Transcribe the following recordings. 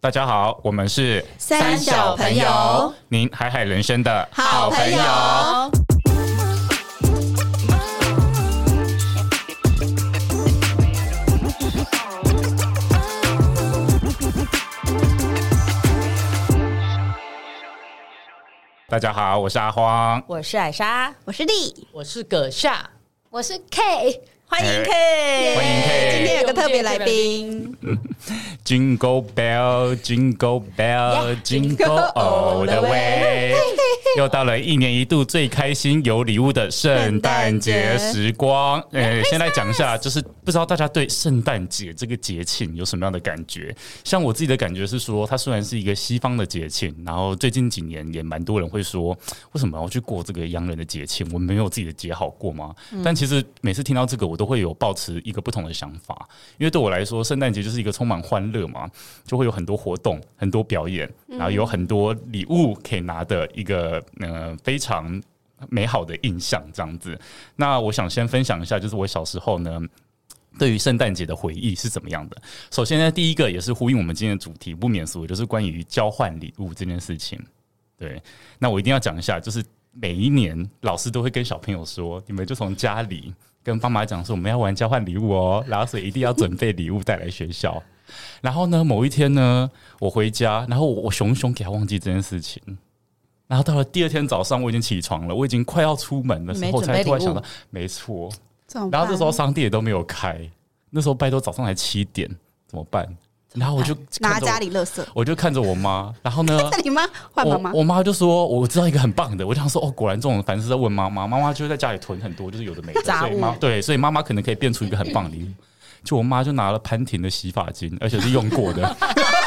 大家好，我们是三小朋友，您海海人生的好朋友。大家好，我是阿荒。我是艾莎，我是丽，我是葛夏，我是 K，欢迎哎 K，欢迎 K 今天有个特别来宾， Jingle bell, jingle bell, jingle all the way！又到了一年一度最开心有礼物的圣诞节时光。呃，先来讲一下，就是不知道大家对圣诞节这个节庆有什么样的感觉？像我自己的感觉是说，它虽然是一个西方的节庆，然后最近几年也蛮多人会说，为什么要去过这个洋人的节庆？我们没有自己的节好过吗？但其实每次听到这个，我都会有抱持一个不同的想法。因为对我来说，圣诞节就是一个充满欢乐嘛，就会有很多活动、很多表演，然后有很多礼物可以拿的一个呃非常美好的印象这样子。那我想先分享一下，就是我小时候呢。对于圣诞节的回忆是怎么样的？首先呢，第一个也是呼应我们今天的主题，不免俗，就是关于交换礼物这件事情。对，那我一定要讲一下，就是每一年老师都会跟小朋友说，你们就从家里跟爸妈讲说，我们要玩交换礼物哦，然后所以一定要准备礼物带来学校。 然后呢，某一天呢，我回家，然后我我熊熊给他忘记这件事情。然后到了第二天早上，我已经起床了，我已经快要出门的时没候，准才备突然礼物想到，没错，怎么然办后这时候商店也都没有开，那时候拜托早上才七点，怎么办？然后我就拿看着我家，里垃圾，我就看着我妈，然后呢， 那你妈换妈妈我，我妈就说我知道一个很棒的，我就想说哦，果然这种凡事在问妈妈，妈妈就会在家里囤很多，就是有的没的， 杂所以妈物对，所以妈妈可能可以变出一个很棒的礼物。就我妈就拿了潘婷的洗发精，而且是用过 的。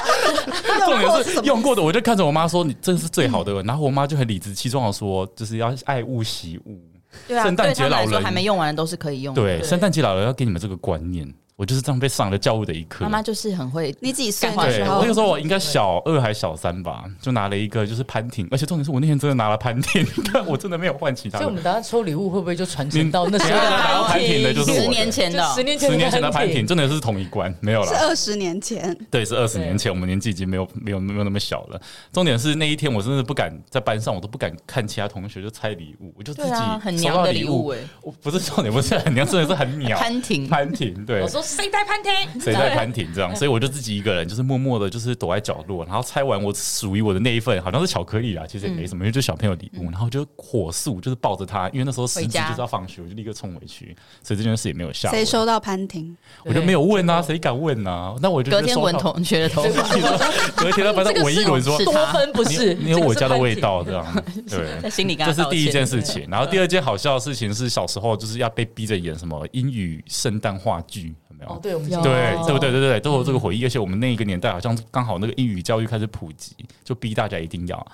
重过点是是什么用过的，我就看着我妈说：“你真是最好的。”然后我妈就很理直气壮的说：“就是要爱物惜物。”对啊，圣诞对节他们老来说人还没用完的都是可以用的。对，圣诞节老人要给你们这个观念，我就是这样被上了教育的一课。妈妈就是很会你几岁干话那对，时我候那？个时候我应该小二还小三吧，就拿了一个就是潘婷，而且重点是我那天真的拿了潘婷， 但我真的没有换其他所以我的们。等下抽礼物会不会就传你承到那时候等一下拿到潘婷的就是我的啊十年前的就十年前十的年前的潘潘婷婷，真的是同一关，没有是啦。二十年前，对，是二十年前，我们年纪已经没有没有没有那么小了。重点是那一天，我真的不敢在班上，我都不敢看其他同学就拆礼物，我就自对己啊，很收娘到的礼物物。哎，欸我不是重点，不是很娘，真的是很鸟。潘婷潘婷，对，我说谁带潘婷？ 谁在攀挺这样，所以我就自己一个人，就是默默的，就是躲在角落，然后拆完我属于我的那一份，好像是巧克力啦，其实也嗯没什么，因为就小朋友礼物，然后就火速就是抱着他，因为那时候时回机家就是要放学，我就立刻冲回去，所以这件事也没有下谁文，收到潘婷？我就没有问啊，谁敢问啊？那我就隔天闻头，同学的头发，隔天他班上闻一闻说是。多他芬不你是，你有我家的味这个是潘 婷。道，这哦样对，在心里跟这他是道歉第一件事情。然后第二件好笑的事情是，小时候就是要被逼着演什么英语圣诞话剧，有没有哦，？对，我们有对哦对对对对，都有这个回忆，而且我们那一个年代好像刚好那个英语教育开始普及，就逼大家一定要。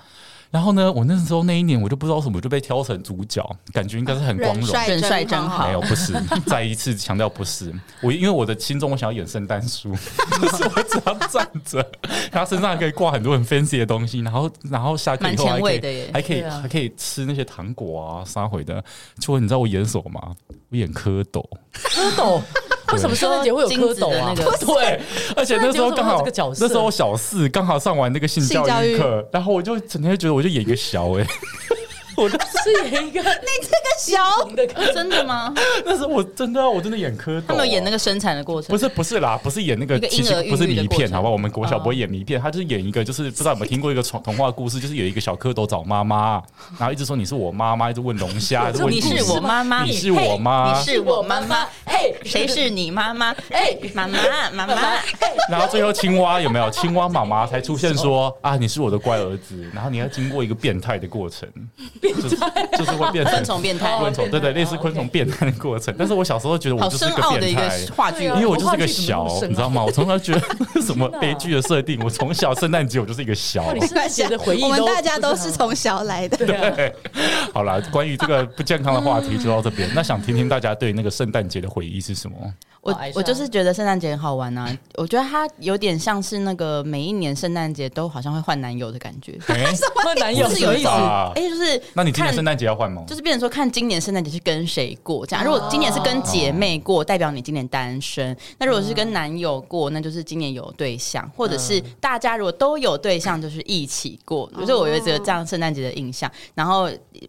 然后呢，我那时候那一年我就不知道为什么就被挑成主角，感觉应该是很光人荣。啊帅人帅真好没有，不是，再一次强调不是我，因为我的心中我想要演圣诞树， 就是我只要站着，然后身上还可以挂很多很 fancy 的东西，然后然后下课以后蛮前还可卫以的耶还可以、对啊还可以吃那些糖果啊啥回的。结果你知道我演什么吗？我演蝌蚪。蝌 蚪，为什么圣诞节会有蝌蚪啊金子的那？ 个对，而且那时候刚圣诞节为什么会有好这个角色那时候我小四刚好上完那个性教育性教课，然后我就整天就觉得我就演一个小哎、是有一个你这个小你的蝌真的吗？那时候我真的啊我真的演蝌蚪啊、他们有演那个生产的过程不，是不是啦，不是演那个一个其婴实儿孕育的不是迷过片，程好吧？我们国小不会演迷片，他就是演一个，就是不知道有没有听过一个童童话故事，就是有一个小蝌蚪找妈妈，然后一直说你是我妈妈，一直问龙虾，还问你故是事我妈妈，你是我妈嘿你是我 妈妈，嘿，谁是 你妈妈？哎， 妈妈，妈妈，然后最后青蛙有没有？青蛙妈妈才出现说啊，你是我的乖儿子。然后你要经过一个变态的过程，变态就是就是会变 成昆虫哦变态昆虫对对，类似昆虫变态的过程。但是我小时候觉得我好就是深个奥的变一个态。话剧对哦因啊为我就是个我小话，剧怎么那么深奥你知道吗？我从小觉得 什么啊悲剧的设定，我从小圣诞节我就是一个小。到底是谁的回忆啊我都们大家都是从小来的。啊 好啦，关于这个不健康的话题就到这边。那想听听大家对那个圣诞节的回忆意是什么？我好哀伤我就是觉得圣诞节很好玩啊，我觉得它有点像是那个每一年圣诞节都好像会换男友的感觉，哎、换 男友就是有一思种啊哎、就是那你今年看圣诞节要换吗？就是变成说，看今年圣诞节是跟谁过这样。如果今年是跟姐妹过，代表你今年单身；那如果是跟男友过，那就是今年有对象，或者是大家如果都有对象，就是一起过。所以我有一个这样圣诞节的印象。然后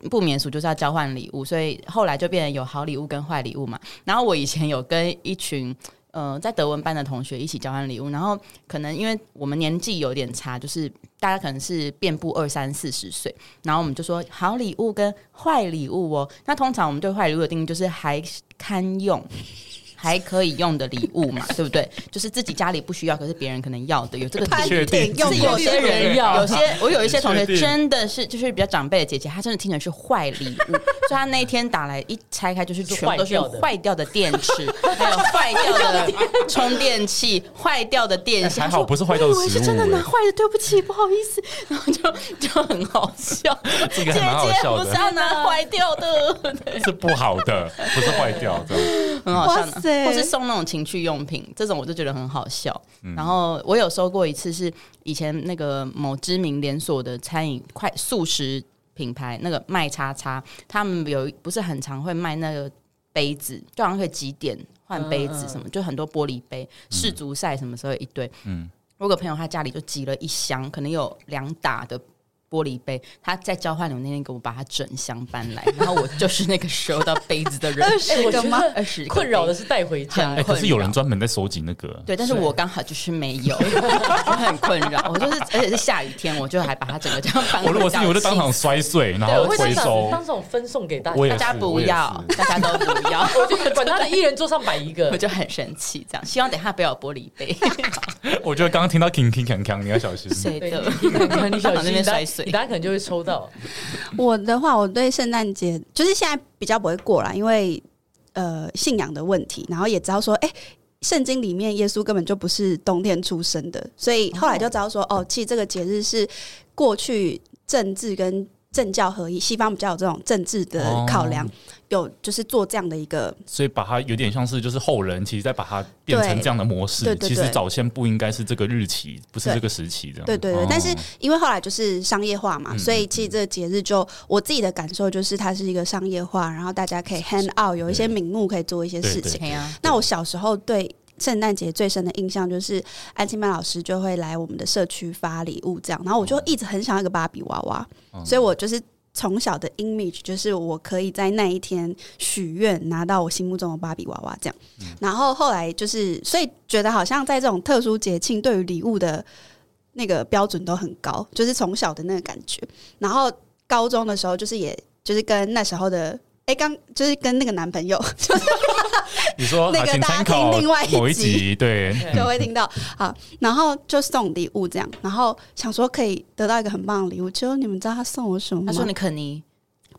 不免俗就是要交换礼物，所以后来就变成有好礼物跟坏礼物嘛。然后我以前有跟一群。呃，在德文班的同学一起交换礼物，然后可能因为我们年纪有点差，就是大家可能是遍布二三四十岁，然后我们就说好礼物跟坏礼物哦。那通常我们对坏礼物的定义就是还堪用。 还可以用的礼物嘛，对不对？就是自己家里不需要，可是别人可能要的，有这个潘确定婷用自是己有过些这个人要有些我有一些同学确定真的是就是比较长辈的姐姐，她真的听成是坏礼物， 所以她那一天打来一拆开就是全部都是是坏掉的坏掉的电池， 还有坏掉的充电器、坏掉的电线，还好不是坏掉的我以为食是物真的拿哎坏的，对不起，不好意思，然后就就很好笑， 这姐个还蛮好姐笑不是啊的，要拿坏掉的，是不好的，不是坏掉 这样。很好笑呢哇塞或是送那种情趣用品，这种我就觉得很好笑。然后我有收过一次，是以前那个某知名连锁的餐饮快速食品牌，那个麦叉叉，他们有一不是很常会卖那个杯子，就好像可以几点换杯嗯子什么，就很多玻璃杯，世足赛什么时候有一堆。嗯我有个朋友，他家里就集了一箱，可能有两打的玻璃杯。他在交换礼物那天给我把它整箱搬来，然后我就是那个收到杯子 的人。二哎十我个觉吗？得二十个困扰的是带回 家很哎，可是有人困扰专门在收集那个，对，但是我刚好就是没有， 我很困扰。我就是，而且是下雨天，我就还把它整个这样搬回我如果是家你，我就当场摔碎，然后我会当回场收。当场分送给大家我，也大家是不要，大家都不要， 我就管他的一人桌上摆一我个，就很生气。这样，希望等一下不要有玻璃杯我觉得刚刚听到 king king king king，你要小心。谁对的。你小 往那心，边摔你大水你大家可能就会抽到。我的话，我对圣诞节就是现在比较不会过啦，因为呃信仰的问题，然后也知道说，哎、圣经里面耶稣根本就不是冬天出生的，所以后来就知道说，哦，其实这个节日是过去政治跟政教合一，西方比较有这种政治的考量，哦有就是做这样的一个所以把它有点像是就是后人，其实在把它变成这样的模式。对对其对实早先不应该是这个日期，不是这个时期这样。对对对，哦但是因为后来就是商业化嘛，嗯所以其实这个节日就我自己的感受就是它是一个商业化，然后大家可以 hand out，有一些名目可以做一些对事对情。对啊，那我小时候对圣诞节最深的印象就是安亲班老师就会来我们的社区发礼物这样，然后我就一直很想要一个芭比娃娃，嗯所以我就是。从小的 image 就是我可以在那一天许愿拿到我心目中的芭比娃娃这样，然后后来就是所以觉得好像在这种特殊节庆，对于礼物的那个标准都很高，就是从小的那个感觉。然后高中的时候，就是也就是跟那时候的哎刚、就是跟那个男朋友，你说那啊个请大家参考听另外一某一集集，对，就会听到。好，然后就送礼物这样，然后想说可以得到一个很棒的礼物。结果你们知道他送我什么吗？他说你肯尼，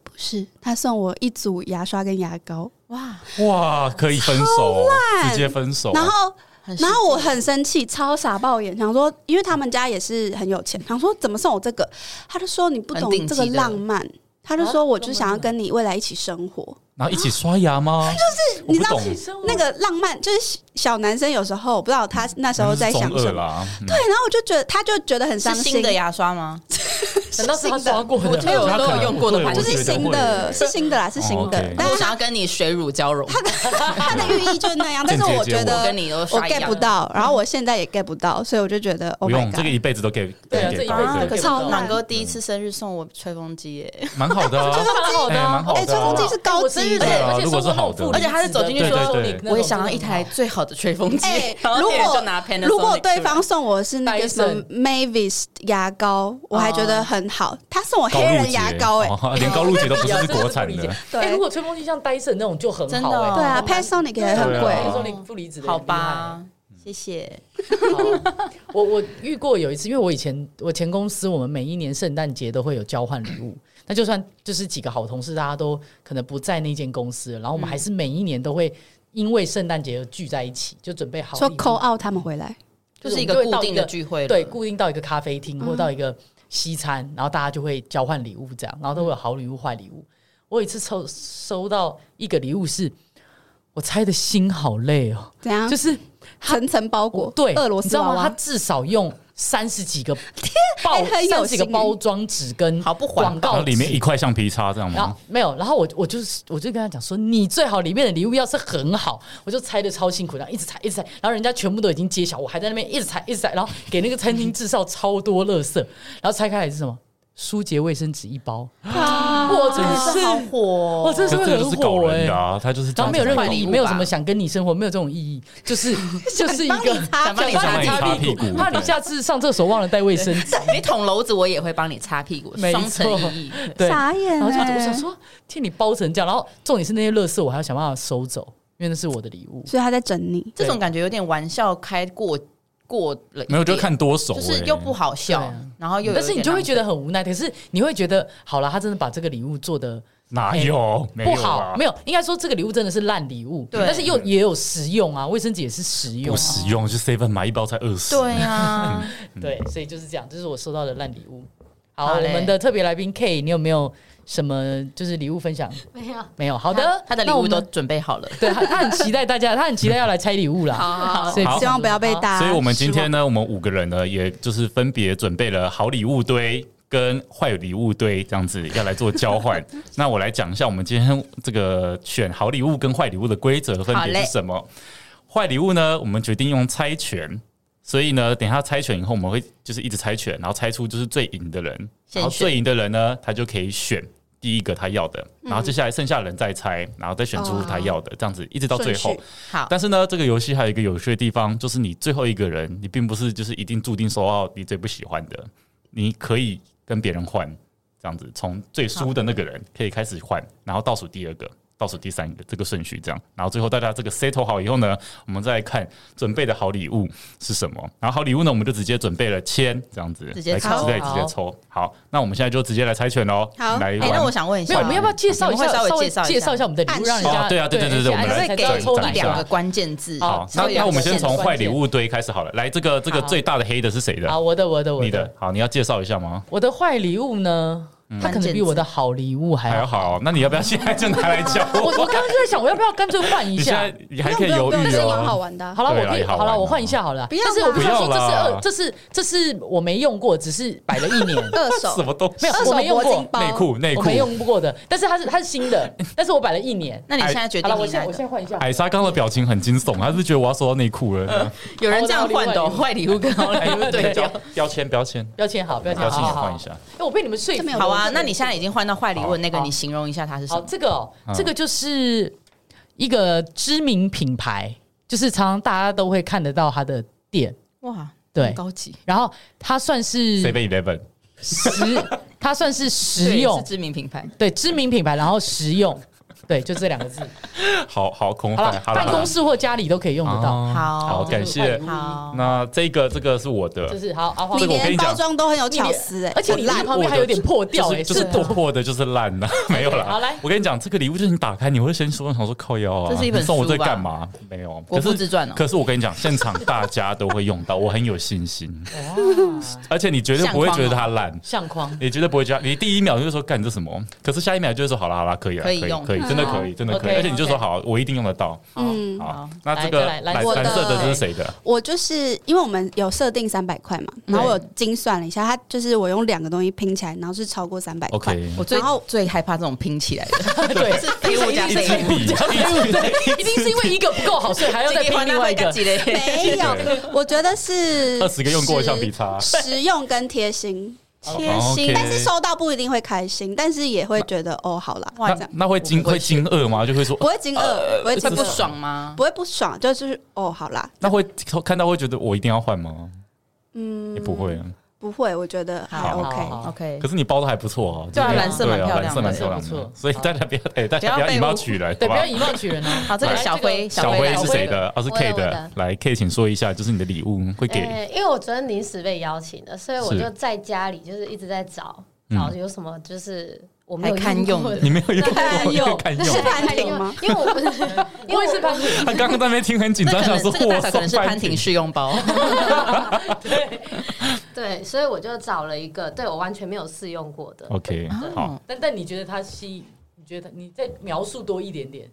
不是，他送我一组牙刷跟牙膏。哇，哇，可以分手，直接分手。啊然后，哦很然后我很生气，超傻爆眼，想说，因为他们家也是很有钱，想说怎么送我这个？他就说你不很懂顶级这个的浪漫。他就啊说：“我就浪想要漫跟你未来一起生活。然后一起刷牙吗？ 就是你知道我不懂，哦那个浪漫就是小男生有时候我不知道他那时候在想中二什么。啦，嗯对，然后我就觉得他就觉得很伤是心。新的牙刷吗？难道是他刷过我的？都有他都嗯可有能用过的会牌就子我，觉是得新的，会是新的啦，是新哦的。 ，OK 但我是想要跟你水乳交融，它的寓意就是那 样，但是间接我接觉吻得我跟你都我刷一 get 样不。到，然后我现在也 get 不到，所以我就觉得 Oh 不 my 用，这个 god，一辈子都给对啊给这一辈子给对都给对可对是超烂朗哥第一次生日送我吹风机耶，蛮好的 啊，蛮好的啊哎蛮好的啊。哎吹风机是高我级的真的，对啊而且如果是送过好那种的负而且他是走进去说对对对我也想要一台最好的吹风机哎，然后如果店员就拿 Panasonic 如果对出来方送我是那个什么 Dyson Mavis 牙膏，我还觉得很好，他送我黑人牙膏，哎，哎，连啊高露洁都 不是是国产的，对，哎，如果吹风机像戴森那种就很真的好哎哦，对啊，Panasonic 也很对贵，啊说你负离子的好嗯吧，谢谢。很厉害。好我我遇过有一次，因为我以前我前公司，我们每一年圣诞节都会有交换礼物。那就算就是几个好同事，大家都可能不在那间公司了，然后我嗯们还是每一年都会因为圣诞节而聚在一起，就准备好说礼物 call out 他们回来，就是一个我们就固会到定的聚会了，对，固定到一个咖啡厅嗯或到一个西餐，然后大家就会交换礼物，这样，然后都会有好礼物、坏礼物。我有一次抽收到一个礼物是，我猜的心好累哦，怎样？就是哦层层包裹，对啊俄罗你斯知道娃吗？他娃，至少用三十几个 包，很有三十几个心意包装纸跟好不环广然告后里面纸一块橡皮擦这样然后吗？没有，然后我我就是我就跟他讲说，你最好里面的礼物要是很好，我就猜的超辛苦，然后一直猜一直猜，然后人家全部都已经揭晓，我还在那边一直猜一直猜，然后给那个餐厅制造超多垃圾，然后拆开来是什么？ 舒洁卫生纸一包，我真的真的好是，火哦、我真的是可会这个就很是搞火哎、人的啊，他就是这样然子后没有任何快意递物义，吧没有什么想跟你生活，没有这种意义，就是 就是一个想帮你擦想帮想你擦屁屁股怕你下次上厕所忘了带 卫生纸，你捅娄子，我也会帮你擦屁股，没双层错意义。对，傻眼、然后就欸！我想，说， 替你包成这样，然后重点是那些垃圾我还要想办法收走，因为那是我的礼物。所以他在整你，这种感觉有点玩笑开过过了一点，没有就看多熟、就欸，是又不好笑，对啊然后又有但是你点就会浪觉得很无奈，可是你会觉得，好了，他真的把这个礼物做的哪有没哎不有啊好，没有，应该说这个礼物真的是烂礼物，对但是又也有实用啊，卫生纸也是实用不，实用，就 seven 买一包才二十，对嗯啊，对，所以就是这样，这是我收到的烂礼物。好，好我嘞们的特别来宾 K，你有没有什么就是礼物分享？没有，没有，好的，他的礼那我物们都准备好了。对，他他很期待大家，他很期待要来拆礼物啦。好好好所以好希望不要被大家。所以，我们今天呢，我们五个人呢，也就是分别准备了好礼物堆跟坏礼物堆，这样子要来做交 换。那我来讲一下，我们今天这个选好礼物跟坏礼物的规则分好别嘞是什么？坏礼物呢，我们决定用猜拳。所以呢，等一下猜拳以后，我们会就是一直猜拳，然后猜出就是最赢的人，先然后选最赢的人呢，他就可以选第一个他要的，然后接下来剩下的人再猜，然后再选哦出他要的，这样子一直到最后顺序。好，但是呢，这个游戏还有一个有趣的地方，就是你最后一个人，你并不是就是一定注定收到你最不喜欢的，你可以跟别人换，这样子从最输的那个人可以开始换，然后倒数第二个。倒数第三个这个顺序这样，然后最后大家这个 settle 好以后呢，我们再来看准备的好礼物是什么。然后好礼物呢，我们就直接准备了签这样子，直接来抽对，直接好抽。好，那我们现在就直接来猜拳喽。好来哎、玩那我想问一没下，有，我们要不要介绍一下？你们会稍微微介绍一下介绍一下我们的礼物，让人哦家对啊对对对对我们还来再是会给转抽转一哪一下两个关键字。好，稍那微有那我们一先些从坏关礼键物堆开始好了。来，这个这个好最大的黑的是谁的？啊，我的我的我你的好，你要介绍一下吗？我的坏礼物呢，它可能比我的好礼物还嗯还要要好。好，那你要不要现在就拿来教哎我我？我刚刚就在想，我要不要干脆换一你现下？在你还不可以用犹不用，豫这个蛮好哦。玩 的啊、好了，对我啦可以也好好了，玩我啊换一下好了。不要但是我必须要说，不这要是啦二，这是这是我没用过，只是摆了一年，二什手么东西没？有二我手没用铂过金包内裤内我裤。没用过的。但是它是它是新的，但是我摆了一年。哎那你现在决好定了，我你现哪在我个？现在换一下。海沙刚的表情很惊悚，他是不是觉得我要收到内裤 了。有人这样换的、哦，坏礼物跟好哎哎礼物对标调。标签标签标签好，标签标好签也好好换一下。哎，我被你们说服这没有好我啊，这个那你现在已经换到坏礼物的那个，好你形容一下它是什好，么？这个、哦嗯这个就是一个知名品牌，就是常常大家都会看得到它的店，哇，对。高级，然后它算是，Seven Eleven。实，它算是实对用是，知名品牌。对知名品牌，然后实用，对，就这两个字。好好空好泛了，，好哦办公室或家里都可以用用得到。好好，感谢。好，那这个这个是我的，就是好，阿花这你个我跟哦连你讲包装都很有巧思哎、而且你烂这旁边还有点破掉，哎，就是就是不破破的，就是烂的，没有啦。好来我跟你讲，这个礼物就是你打开，你会先说想说靠腰啊，这是一本你送我书吧这干嘛？没有，国可父是自传哦可是我跟你讲，现场大家都会用到，我很有信心，而且你绝对不会觉得它烂。相框。你绝对不会觉得，你第一秒就说干这什么，可是下一秒就会说好啦好啦，可以了，可可以用可以，真的可以，真的可以， OK，而且你就说好，我一定用得到。嗯，好好，那这个来再来蓝来蓝色的我的这是谁的？我就是因为我们有设定三百块嘛，然后我有精算了一下，它就是我用两个东西拼起来，然后是超过三百块。 OK 我最然后最害怕这种拼起来的，啊对是黑物加一废支物，笔，一一定是因为一个不够好，所以还要再拼另外一个。没有，我觉得是二十个用过的橡皮擦实实用跟贴心，哦贴心 OK 但是收到不一定会开心，但是也会觉得哦，好啦，这那样那会惊会惊愕吗？就会说不会惊愕，呃不会惊会愕不，爽吗？不会不爽，就是哦，好啦，那会看到会觉得我一定要换吗？嗯，也不会啊。不会，我觉得还好 OK。好 OK，可是你包的还不错哦，对啊就是蓝色蛮对啊漂亮的蓝色蛮漂亮不错的，所以大家不要哎，大家不不要要被以貌误取人，对，好不吧要以貌取人 啊！好，这个来小辉，小辉辉来是谁的？啊，是我的 K 我的的，来 K，请说一下，就是你的礼物会给哎呃，因为我昨天临时被邀请的，所以我是就在家里就是一直在找嗯找有什么就是我没有还堪用过的你没有用看 过，用 没看是用。潘婷吗？因为我不是，因为我也我是潘婷，他刚刚在那边听很紧这张，可想能说这个大我小可能是送潘婷试用包，对，所以我就找了一个对我完全没有试用过的。哦 OK，好，但但你觉得他吸？你觉得你再描述多一点点？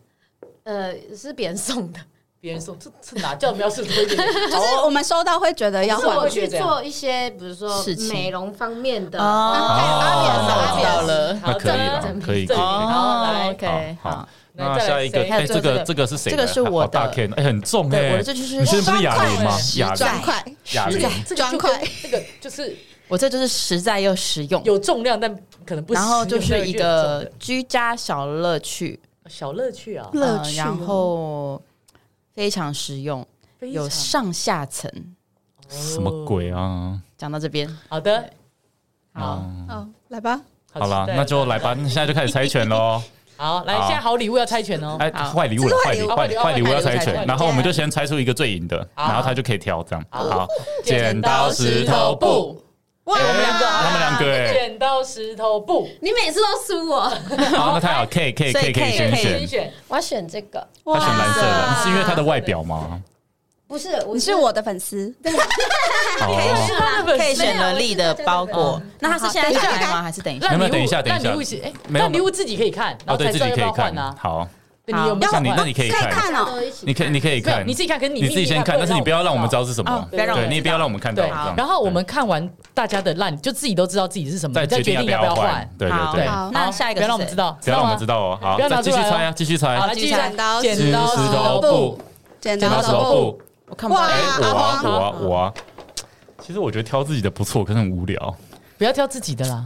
呃，是别人送的，别人说这这哪叫描述多一点点？就是我们收到会觉得要是换我吗，去做一些，比如说事情美容方面的。哦哦阿我知扁道阿扁了，那可以了好可以这里可以好哦来，好，OK，好，那再来下一个，谁哎，还有这个这个这个是谁的？这个是我的好大 Ken，哎，很重对，我哎的，这就是你现在不是砖哑块铃吗？哑铃，砖块，哑实铃在，这个砖就块跟那个就是我这就是实在又实用，有重量，但可能不实然用。后就那是一就有重个的居家小乐趣，小乐趣啊，乐呃趣然哦后非常实用，非有常上下层。什么？鬼啊？讲到这边，好的，好，哦，哦，来吧，好啦，期待那就来吧，那现在就开始猜拳喽。好来，好现在好礼物要猜拳哦。哎，好坏礼物了，坏礼物，哦坏坏礼礼物物坏礼物坏礼要物猜坏拳，礼物然后我们就先猜出一个最赢的，好然后他就可以挑这样。好好，剪刀石头布，哇，哎他们两个哎，剪刀石头布，你每次都输我，好，那太好，K K 所 K 以可以 K 先可以选先，选我要选这个，他选蓝色的，哇你是因为他的外表吗？不是，我你是我的粉丝，哦，他可以选了丽的包没有裹。那它是好现在等一下下来等一吗？下还是等一下？没有烂没礼有等物，一下等一烂下礼物是哎，没有烂礼物自己可以看，然哦，后对才自知道己要可以不要看换啊。。好，对你有没有那想你那换？啊你可以可以看，看哦都一起你可以你可以没有看，你自己看，可是你你自己先看，但是你不要让我们知道是什哦么，不要让我对们你也不要让我们看到。对这样然后我们看完大家的烂，就自己都知道自己是什么，再你再决决定要定不要要不要换换。。对对好对，好那下一个不要是让我们谁知道，不要让我们知道知道哦。好，不要再拿继出续来哦猜啊，继续猜吗。。好，来继继续续看剪看刀剪石刀头石布头布，，剪剪刀刀石石头头布，布。我看不到哇哎，我啊阿我黄啊我啊。其实我觉得挑自己的不错，可是很无聊。不要挑自己的啦。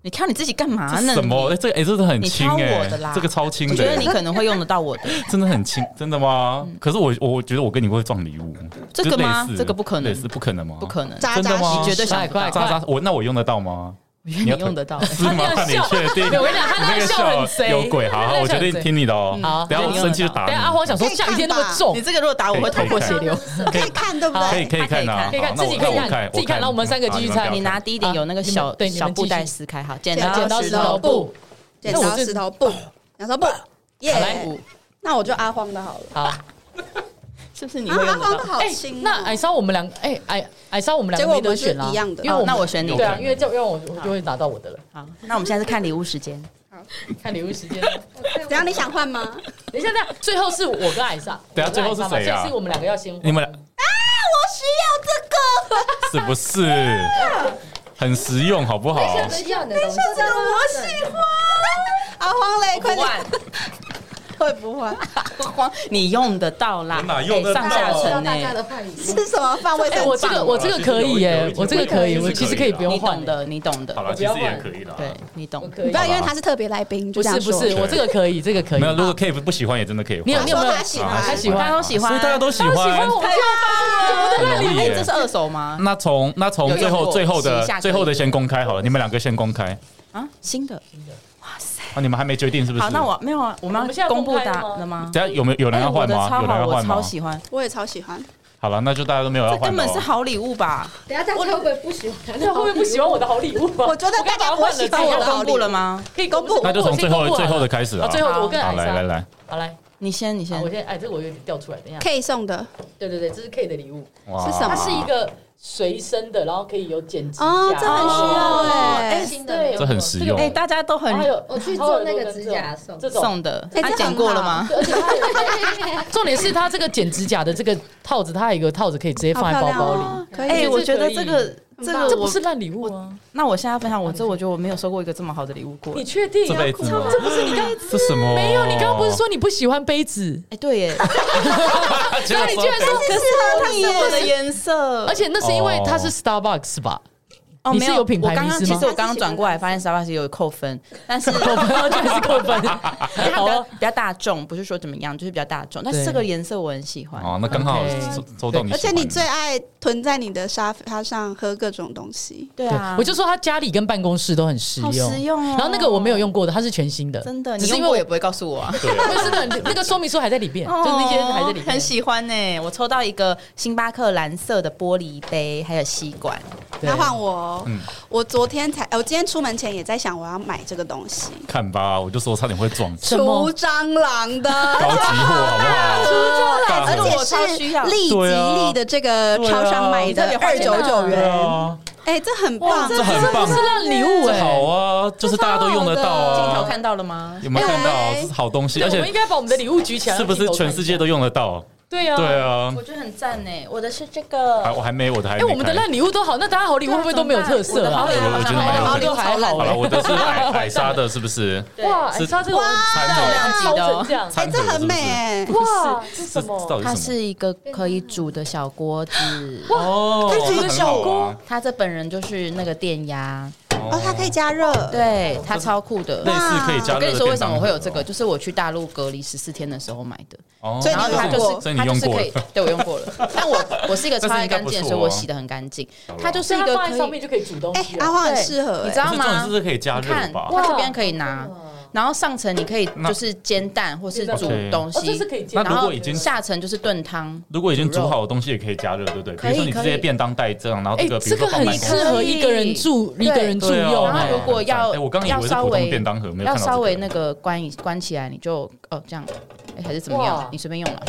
你看你自己干嘛这呢？什么？哎，这个哎，这个很啊你轻挑我哎的啦，这个超轻我的觉得你欸，可能会用得到我的，真的很轻，真的吗？可是我我我觉得我跟你会撞礼物，这个吗就类似这个不可能类似不可能吗？不可能，扎真的扎吗实你绝对想不快到，快渣渣，我那我用得到吗？我觉得你 用得到。是吗？你确定？没有我跟你讲他那个你笑很贼有鬼！好好，我决定听你的哦嗯。好等下我生气就打等你啊一。下阿荒啊想说下雨天那么重你，这个如果打我会头破血流。可以看对不可以对？可以看啊，可以看好那我自己可以那我看看，自己看然后我们三个继续猜好你拿低一点，啊有那个你小们对你小们布继续袋撕开，好，剪剪啊剪刀刀石石头头布。布，剪那刀我就石头布，剪刀石头布，好来耶！五那我就阿荒的好了，好。是不是你啊会阿用得荒的到？好哎，轻哦，那矮烧我们两个，哎矮矮烧我们两结个果没我得们是选啦一。样的，因为我那我选你。对啊，因为这样让我我就会拿到我的了。好，那我们现在是看礼物时间。看礼物时间，怎样？你想换吗？等一下，等一下，最后是我跟艾莎，等一下我跟艾莎嘛最后是谁啊所以是我们两个要先换，你们俩是不是很实用，好不好？需要你的东西。这个我喜欢。阿荒嘞，快点，会不会？慌，你用得到啦，我哪用得到哎上下需要层大家呢？的话语。是什么范围？哎，我这个我这个可以有有耶有，我这个可以，有有我其实可以不用你换懂的，的，你懂好的，了，其实也可以啦。对，你懂我的。可以不。要因为他是特别来宾，就不这样是不说。是，对我这个可以，这个可以。没有，如果 K 不喜欢也真的可以换。你有你有没有他说他喜欢他喜大家都欢？喜所欢，以大家都喜欢。我就哎发很容易哎，耶这是二手吗？那从那从有最用后过最后洗一下可的以最后的先公开好了，你们两个先公开啊，新的。啊，你们还没决定是不是？好，那我没有啊，我我们们现要在公布公开答了吗了吗？等下有没有有人哎要我换的吗？超有人好，要我换超吗？喜欢，我也超喜欢。好了，那就大家都没有要这换根了本哦是好礼物吧？等下大家会不会不喜 欢？那会不会不喜欢我的好礼物啊？我觉得我大家刚把它不会换喜了，欢我我的公好礼布物了？吗？可以公布，那就从最后最后的开始啊。啊，最后好我跟好艾莎，来来来，好来，你先，你好先我。先哎，这个我有点掉出来，等一下。 K 送的对对对，这是 K 的礼物，哇是什么它是一个随身的，然后可以有剪指甲，哦，这很需要嗯哎、新的对，这很实用哎，大家都很然后还有我去做那个指甲送这种。送的，哎他这剪很过了好吗？对而且它有一个重点是它这个剪指甲的这个套子，它有一个套子可以直接好放在漂包亮包哦里，，可以。哎，这我觉得可以这个很这棒个这不我是烂礼物啊！那我现在分享我这，我觉得我没有收过一个这么好的礼物过。你确定这啊？辈子吗这不是你刚这什么？没有？你刚刚不是说你不喜欢杯子？哎，对耶， 结果那你居然说说，可是它是我的颜色，而且那是因为它是 Starbucks 吧？哦，你没是有品牌我刚迷刚思其吗实我刚刚转过来发现 Starbucks 有扣 分，但是扣分，啊居然是扣分。因为它好比较哦，比较大众，不是说怎么样，就是比较大众。但是对这个颜色我很喜欢，哦，那刚好 OK 抽抽到你喜欢的，而且你最爱囤在你的沙发上喝各种东西，对对啊，我就说他家里跟办公室都很实好用，实用哦然后那个我没有用过的，它是全新的，真的，只你是用因过为也不会告诉我 啊。对我不是的，那个说明书还在里面，就是那些还在里面。哦很喜欢呢、我抽到一个星巴克蓝色的玻璃杯，还有吸管。对那换我哦、嗯我昨天才，呃我今天出门前也在想我要买这个东西，看吧，我就说我差点会撞什么除蟑螂的。 高级货，好不好？大而盒且我超需是要立即对啊立的这个超商买对啊的二九九你特别花元，啊，哎、这很棒，这很棒，圣诞礼物哎、好啊，就是大家都用得到哦镜头啊。看到了吗？有没有看哎到好东西？对而我且们应该把我们的礼物举起来，是不是让镜头看全一下世界都？用得到？对啊，对。啊我，觉得很赞呢，我的是这还个。我还没，我的还哎、没开。我们的烂礼物都好，那大家好礼物会不会都没有特色啊？礼物我觉得蛮有好特色礼物超烂好了，的，我的是矮矮沙的，是不是？对哇，是哎他这个参漂种亮级的这样，哎、参这种很是不是美哎、哇，这是这什么？到底什它么？是一个可以煮的小锅子。哦，它是一个那很小好锅啊它这本人就是那个电压，哦，它可以加热，对，它超酷的。类似可以加热的我跟你说为什么我会有这便个，就是我去大陆隔离十四天的时候买的，当盒哦，所以然后你有它用就过所是以它你就用是过可了以，对我用过 了，但我我是一个超爱但是应干净，该不错哦所以我洗的很干净。它就是所以一它个放可在上面以，就可以煮东哎、西阿了。花很对适合、你哎知道 可是重点吗是？这可以加你热看，吧？它这边可以拿，然后上层你可以那就是煎蛋或是煮 OK 东哦，这西是，可以煎那的。如然果后已经下层就是炖汤。如果已经煮好的东西也可以加热，对不对？比可以如说你直可接以便当带这样，然后哎、这个比这如个说放很办公适室，合一个人住，一个人住对啊用、然后哎如果要哎我刚以为要是稍普通微便当盒，没有要看到稍这微个那个关一关起来，你就哦这样，哎还是怎么哇样？你随便 用了，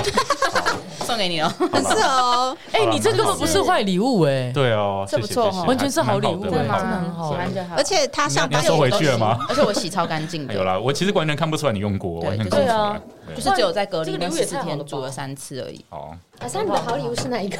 送给你了。好很吧适合哦。哎、你这根本不是坏礼物哎、对哦，这谢不谢错谢哦谢完全是好礼物蛮真的的吗蛮好的对很好啊喜欢就好而且它上你要班你要收回去了吗？而且我洗超干净哎有的，啦，我其实完全看不出来你用过，对完全就看是不出来。对啊就是只有在隔离这个那礼物也十四太好了吧天煮了三次而已。好，阿啊三，你的好礼物是哪一个？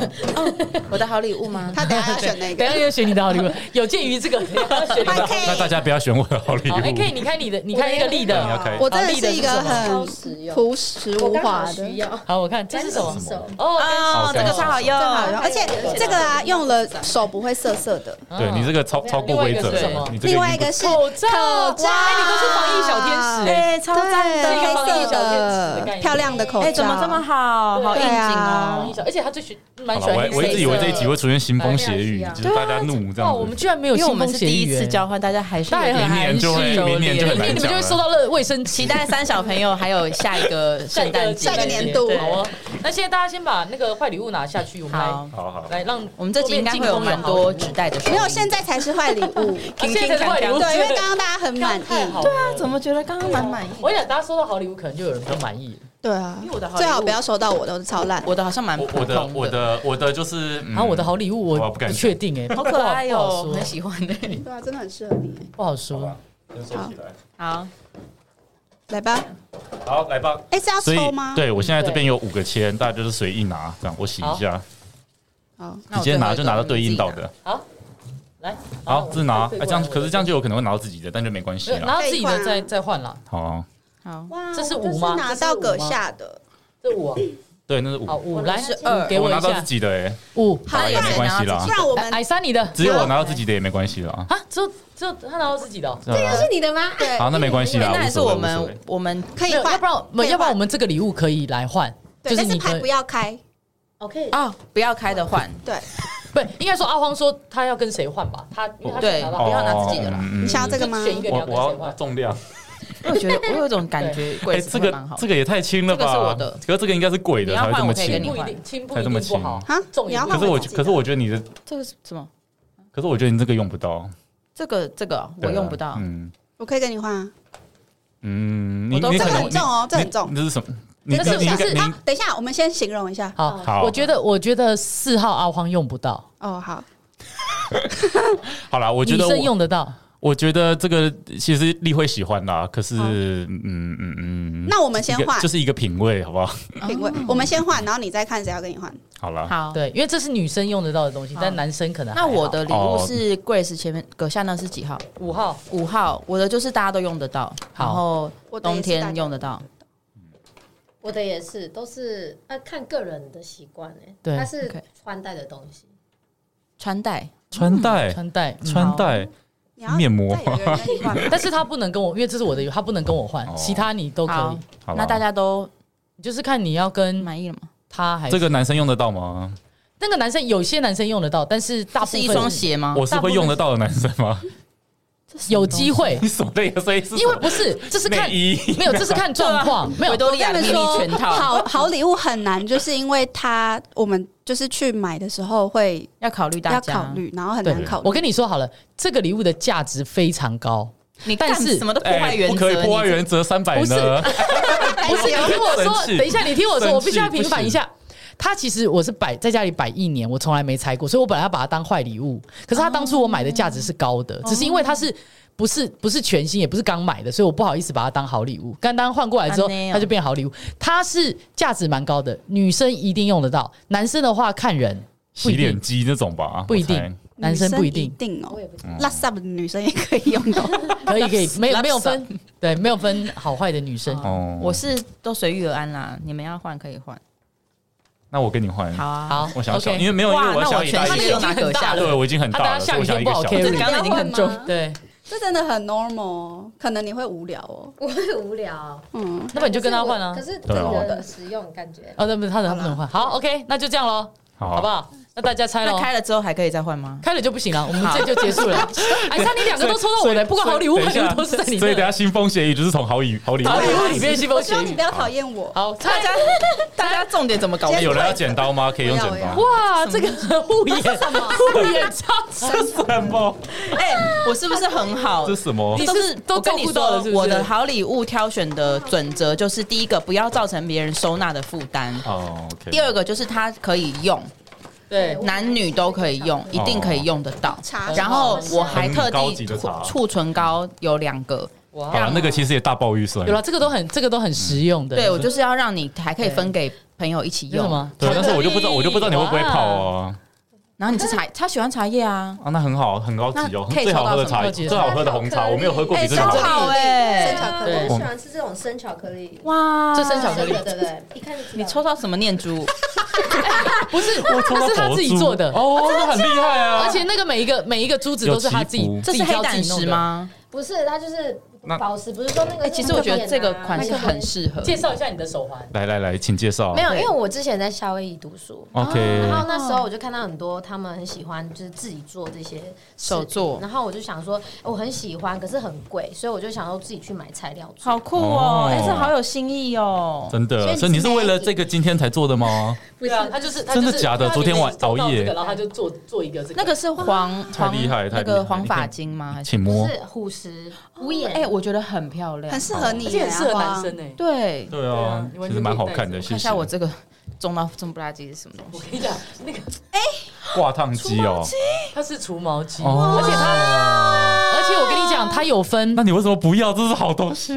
我的好礼物吗？他等一下要选那等个一，下要选你的好礼物，有鉴于这个，等一下要选你的那好礼可那大以。家不要选我的好礼物。物好，哎、可以，你看你的，你看一个立你的要。开我真的好立的是一个是什么超很实用，朴实无华的，需要。好，我看这是什么单？手哦，哦，这这个个超超好好用用，好用，而且这个啊用了手不会涩涩的。对你这个超超过规则另外一个是什么了，你这另外已一经个是口罩，口罩，哎，你都是防疫小天使哎、超对，黑防疫色小天使的概的念漂亮的口罩，哎，怎么这么好，好应对景啊哦。而且他最喜蛮好喜了。欢我黑色我的。一直以为这一集会出现腥风血雨白亮系，啊就是大家怒这哇，我样们子。居然没有因为我腥们风是血第雨、一次交换，大家啊还是大有家也点很明年就会含蓄明年就很明难年你讲们就会了收到了卫生纸期。待三小朋友还有下一个圣诞节下一个年度对好哦。那现在大家先把那个坏礼物拿下去，我们好来，好好，来让我们这集应该会有蛮多纸袋的收音。没有，现在才是坏礼物。啊现在才是坏礼物，对，因为刚刚大家很满意。太好了对啊怎么觉得刚刚蛮满意？我想大家收到好礼物，可能就有人比较满意。对啊因为我的，好礼最物好不要收到我的，我的超烂。我的好像蛮我普我的通我的我的就是，嗯然啊后我的好礼好物，我吧不敢不讲确定哎，好可爱哦，不很好说喜欢的。对啊，真的很适合你。不好好说吧。，先收起来。好，来吧，好，来吧。哎，是要所以抽吗？，对我现在这边有五个签，大家就是随意拿，这样我洗一下，好，那你今我天拿就最后一个啊拿到你对自应己到拿。的。好，来，好，自拿。哎，这样可是这样就就有可能会拿到自己的，但就没关系了。拿自可以己的换啊再再换啦。好，好，哇这是我就五吗拿这是到五葛吗下的，这五啊对，那是五好。五来是二给我拿一到自下己的哎，五。好好也没关系啦不。然我哎们矮三你的只有我拿到自己的也没关系了啊。啊，只有只有他拿到自己的哦。这啊个是你的吗？对好，那没关系哎啦，那还无是所我谓，无所们谓我们可以没有换，要不然我们可以要不然换我们这个礼物可以来换，就对，但是你拍可不以要开，我哦可以啊，不要开的换，对，不应该说阿荒说他要跟谁换吧，他因为他对拿到不要拿自己的啦哦嗯嗯你想要这个吗就？选一个你我要跟谁我要换？重量，因为我觉得我有一种感觉，哎，鬼这子会蛮个好这的。个也太轻了吧？这个是我的可是这个应该是鬼的你要才会这换么我可以跟你轻不。一换定轻不才一这么定不轻好，啊，重你一要点可换是我自觉己可的是我觉得你的，这个是什么？可是我觉得你这个用不到，这个这个对我啊用不到，嗯我可以跟你换啊，嗯，你我都你这可个能很重哦，这很重你，这是什么？你这你个你像你是啊，等一下，我们先形容一下。好，好我觉得我觉得四号阿荒用不到，哦，好，好啦，我觉得女生我用得到。我觉得这个其实丽会喜欢啦，可是嗯嗯嗯嗯，那我们一先个换就是一个品味，好不好？ 品味，我们先换，然后你再看谁要跟你换。好啦，好。对，因为这是女生用得到的东西，好但男生可能还那好我的礼物哦是 Grace 前面阁下那是几号？五号五号，我的就是大家都用得到，好然后我的也冬是大天家用得到。我的也是，都是啊，看个人的习惯哎。对它是 OK 穿戴的东西。穿戴穿戴穿戴，嗯穿戴你要面膜再有一个人跟你换， 但是他不能跟我，因为这是我的，他不能跟我换哦，其他你都可好以，，好啦那大家都就是看你要跟满意了吗？他还这是个男生用得到吗？那个男生，有些男生用得到，但是这大部是分一双鞋吗？我是会用得到的男生吗？有机会， 你所谓的所以是因为不是，这是看内衣没有，这是看状况，没有维多利亚我的跟秘你密说全套，好好礼物很难，就是因为它我们就是去买的时候会要考虑大要家。考虑，然后很对难考，虑。我跟你说好了，这个礼物的价值非常高，你但干是什么都破坏哎，原不则，可以破坏你原则三百不是呢？不不是，你听我生说，气等一下，你听我生说，气我必须要平反一下。它其实我是摆在家里摆一年，我从来没拆过，所以我本来要把它当坏礼物。可是它当初我买的价值是高的，只是因为它是不是不是全新，也不是刚买的，所以我不好意思把它当好礼物。但当换过来之后啊那，样它就变好礼物。它是价值蛮高的，女生一定用得到，男生的话看人不洗一定脸，机那种吧，不一定我猜男生不一定女生一定我哦。也不知道。 拉萨的女生也可以用哦到，可以可以，没有没有 Lapsa 分， 对，没有分好坏的女生。哦。我是都随遇而安啦，你们要换可以换。那我跟你换，好啊，好，我想要小， OK 因为没有，因哇为我要那小我一全大系一列点都拿给我下对，我已经很他大等下了，下所以我雨想天一个小的。不好 carry 这刚刚已经很重你要换吗对， 这真的很 normal。可能你会无聊哦，我也无聊，嗯，那么你就跟他换啊可。是对这啊个很实用，感觉哦，那不，他能他不能换。好，OK，那就这样喽，好不好，好？那大家猜喽那。开了之后还可以再换吗？开了就不行了，我们这就结束了。哎，像你两个都抽到我的，不管好礼物坏礼物都是在你所以等的。下新风邪雨就是从好礼好礼物。好礼物里面西风我血希望你不要讨厌我。好，大大家家大家重点怎么搞？哎有人要剪刀吗？可以用剪不要刀不。 哇，这个护眼护眼超神，这什么？哎，我是不是很好这？什么你？都是是都我跟你照顾到了说是不，是我的好礼物挑选的准则就是：第一个，不要造成别人收纳的负担；哦，OK，第二个就是它可以用，对男女都可以用，一定可以用得到。茶然后我还特很高地级的茶醋唇膏有两个，好哇了，，那个其实也大爆预算有。了，这个都很这个都很实用的。对我就是要让你还可以分给朋友一起有什用。么？对，但是我就不知道，啊我就不知道你会不会泡哦。然后你是茶，他喜欢茶叶啊，啊，那很好，很高级哦，那可以最好喝的抽到茶，什么最好喝的红茶，我没有喝过比哎，这真个真好。好哎生巧克对力啊我很喜欢吃这种生巧克力，哇，这生巧克力对对对，一看就知你道。抽到什么念珠？不 是，抽到是他佛自己珠做的，哦，那很厉害啊！而且那个每一个每一个珠子都是他自己有，这自己是黑挑自胆己弄石的？吗？不是，它就是那宝石，不是说那个哎，是面啊。其实我觉得这个款式很适合。介绍一下你的手环。来来来，请介绍。没有，因为我之前在夏威夷读书，哦 OK，啊然后那时候我就看到很多他们很喜欢就是自己做这些饰手品作然后我就想说哎我很喜欢，可是很贵，所以我就想说自己去买材料做。好酷哦！哦哎，这好有新意哦。真的，所以你是为了这个今天才做的 吗？不是对啊，他就是他真的就是假的他昨天晚就是找到熬夜这个然后他就做做一个这个那个是黄太黄厉害太那厉害个黄发巾吗？还是请不摸。是虎石虎眼，哎，我觉得很漂亮很。适合你而耶，且很适合男生好哎。对，对对啊啊你，完全其实蛮好看可以戴的，着谢看一谢下。我这个中到中不拉几是什么东我西？跟你讲，那个挂烫机哦，它是除毛机，哦而且它，而且我跟你讲，它有分那，你为什么不要？这是好东西。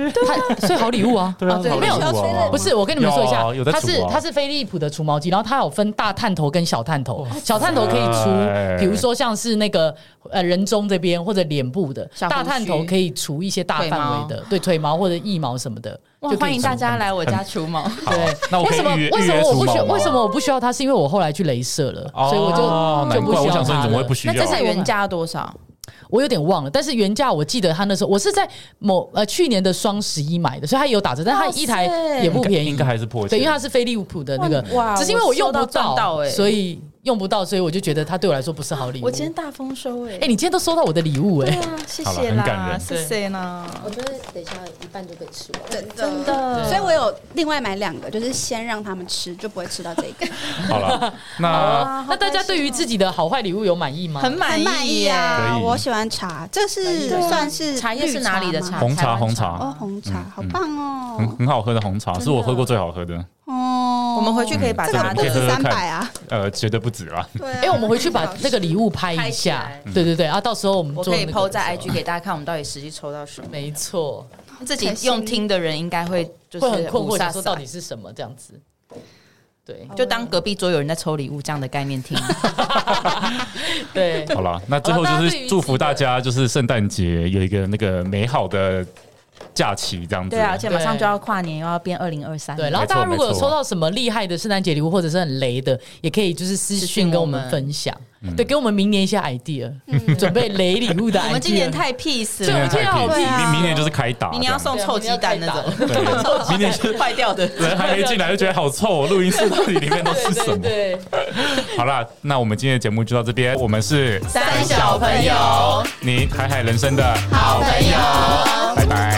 它所以好礼物啊。 对啊，对好没礼有物啊，不是，我跟你们说一下有啊有，在它除啊是它是飞利浦的除毛机，然后它有分大探头跟小探头，小探头可以除，塞比如说像是那个呃人中这边或者脸部的，小胡须大探头可以除一些大范围的，对腿毛或者腋毛什么的，哇就，可以欢迎大家来我家除 毛。好对，那我为可以什么预约为预什约么我除不需毛吗为什么我不需要它？是因为我后来去镭射了，哦所以我就就难不需怪要我想说你它怎么会了不。需那要？这才原价多少？我有点忘了，但是原价我记得它那时候我是在某呃去年的双十一买的，所以它也有打折，但它一台哇塞也不便宜，应该还是破对，千。因为它是飞利浦的那个，哇只是因为我用不我收到赚到欸所以用不到，所以我就觉得它对我来说不是好礼物。我今天大丰收哎哎、！你今天都收到我的礼物哎、对啊，谢好谢了很感啦，人谢谢啦。我觉得等一下一半就可以吃完。真的真的所以我有另外买两个，就是先让他们吃，就不会吃到这 个。好 了，那啊那大家对于自己的好坏礼物有满意吗？哦很满很意耶！可以哎我喜欢茶，这是对啊算是茶叶是绿哪里的吗茶？红台茶湾红哦，茶，红茶，嗯好棒哦很！很好喝的红茶，是我喝过最好喝的。哦，我们回去可以把这真个的它不可以喝止喝三看百啊，呃，绝对不止 啦。对啊。哎、我们回去把 那个礼物拍拍一起下嗯来，对对对啊，到时候我们我做可以那 PO 个在 IG 给大家看，我们到底实际抽到什么。没错，自己用听的人应该会就是会很困惑，傻想说到底是什么这样子。对就当隔壁桌有人在抽礼物这样的概念听。对，好啦，那最后就是祝福大家，就是圣诞节有一个那个美好的假期，这样子。 对啊，而且马上就要跨年，又要变二零二三。对，然后没错大家如果有没错收到什么厉害的圣诞节礼物，或者是很雷的，也可以就是私私讯讯跟我我们嗯们分享，对，给我们明年一些 idea，准备雷礼物的 idea。我们今年太 peace 今年了，太我觉得好屁，对啊明明年就是开打，明年要送臭鸡蛋那种，这 样对，明年是坏掉的。人还没进来就觉得好臭、哦，录音室到底里面都是什对么？对，好啦，那我们今天的节目就到这边，我们是三小朋友，你海海人生的好朋友。拜拜。啊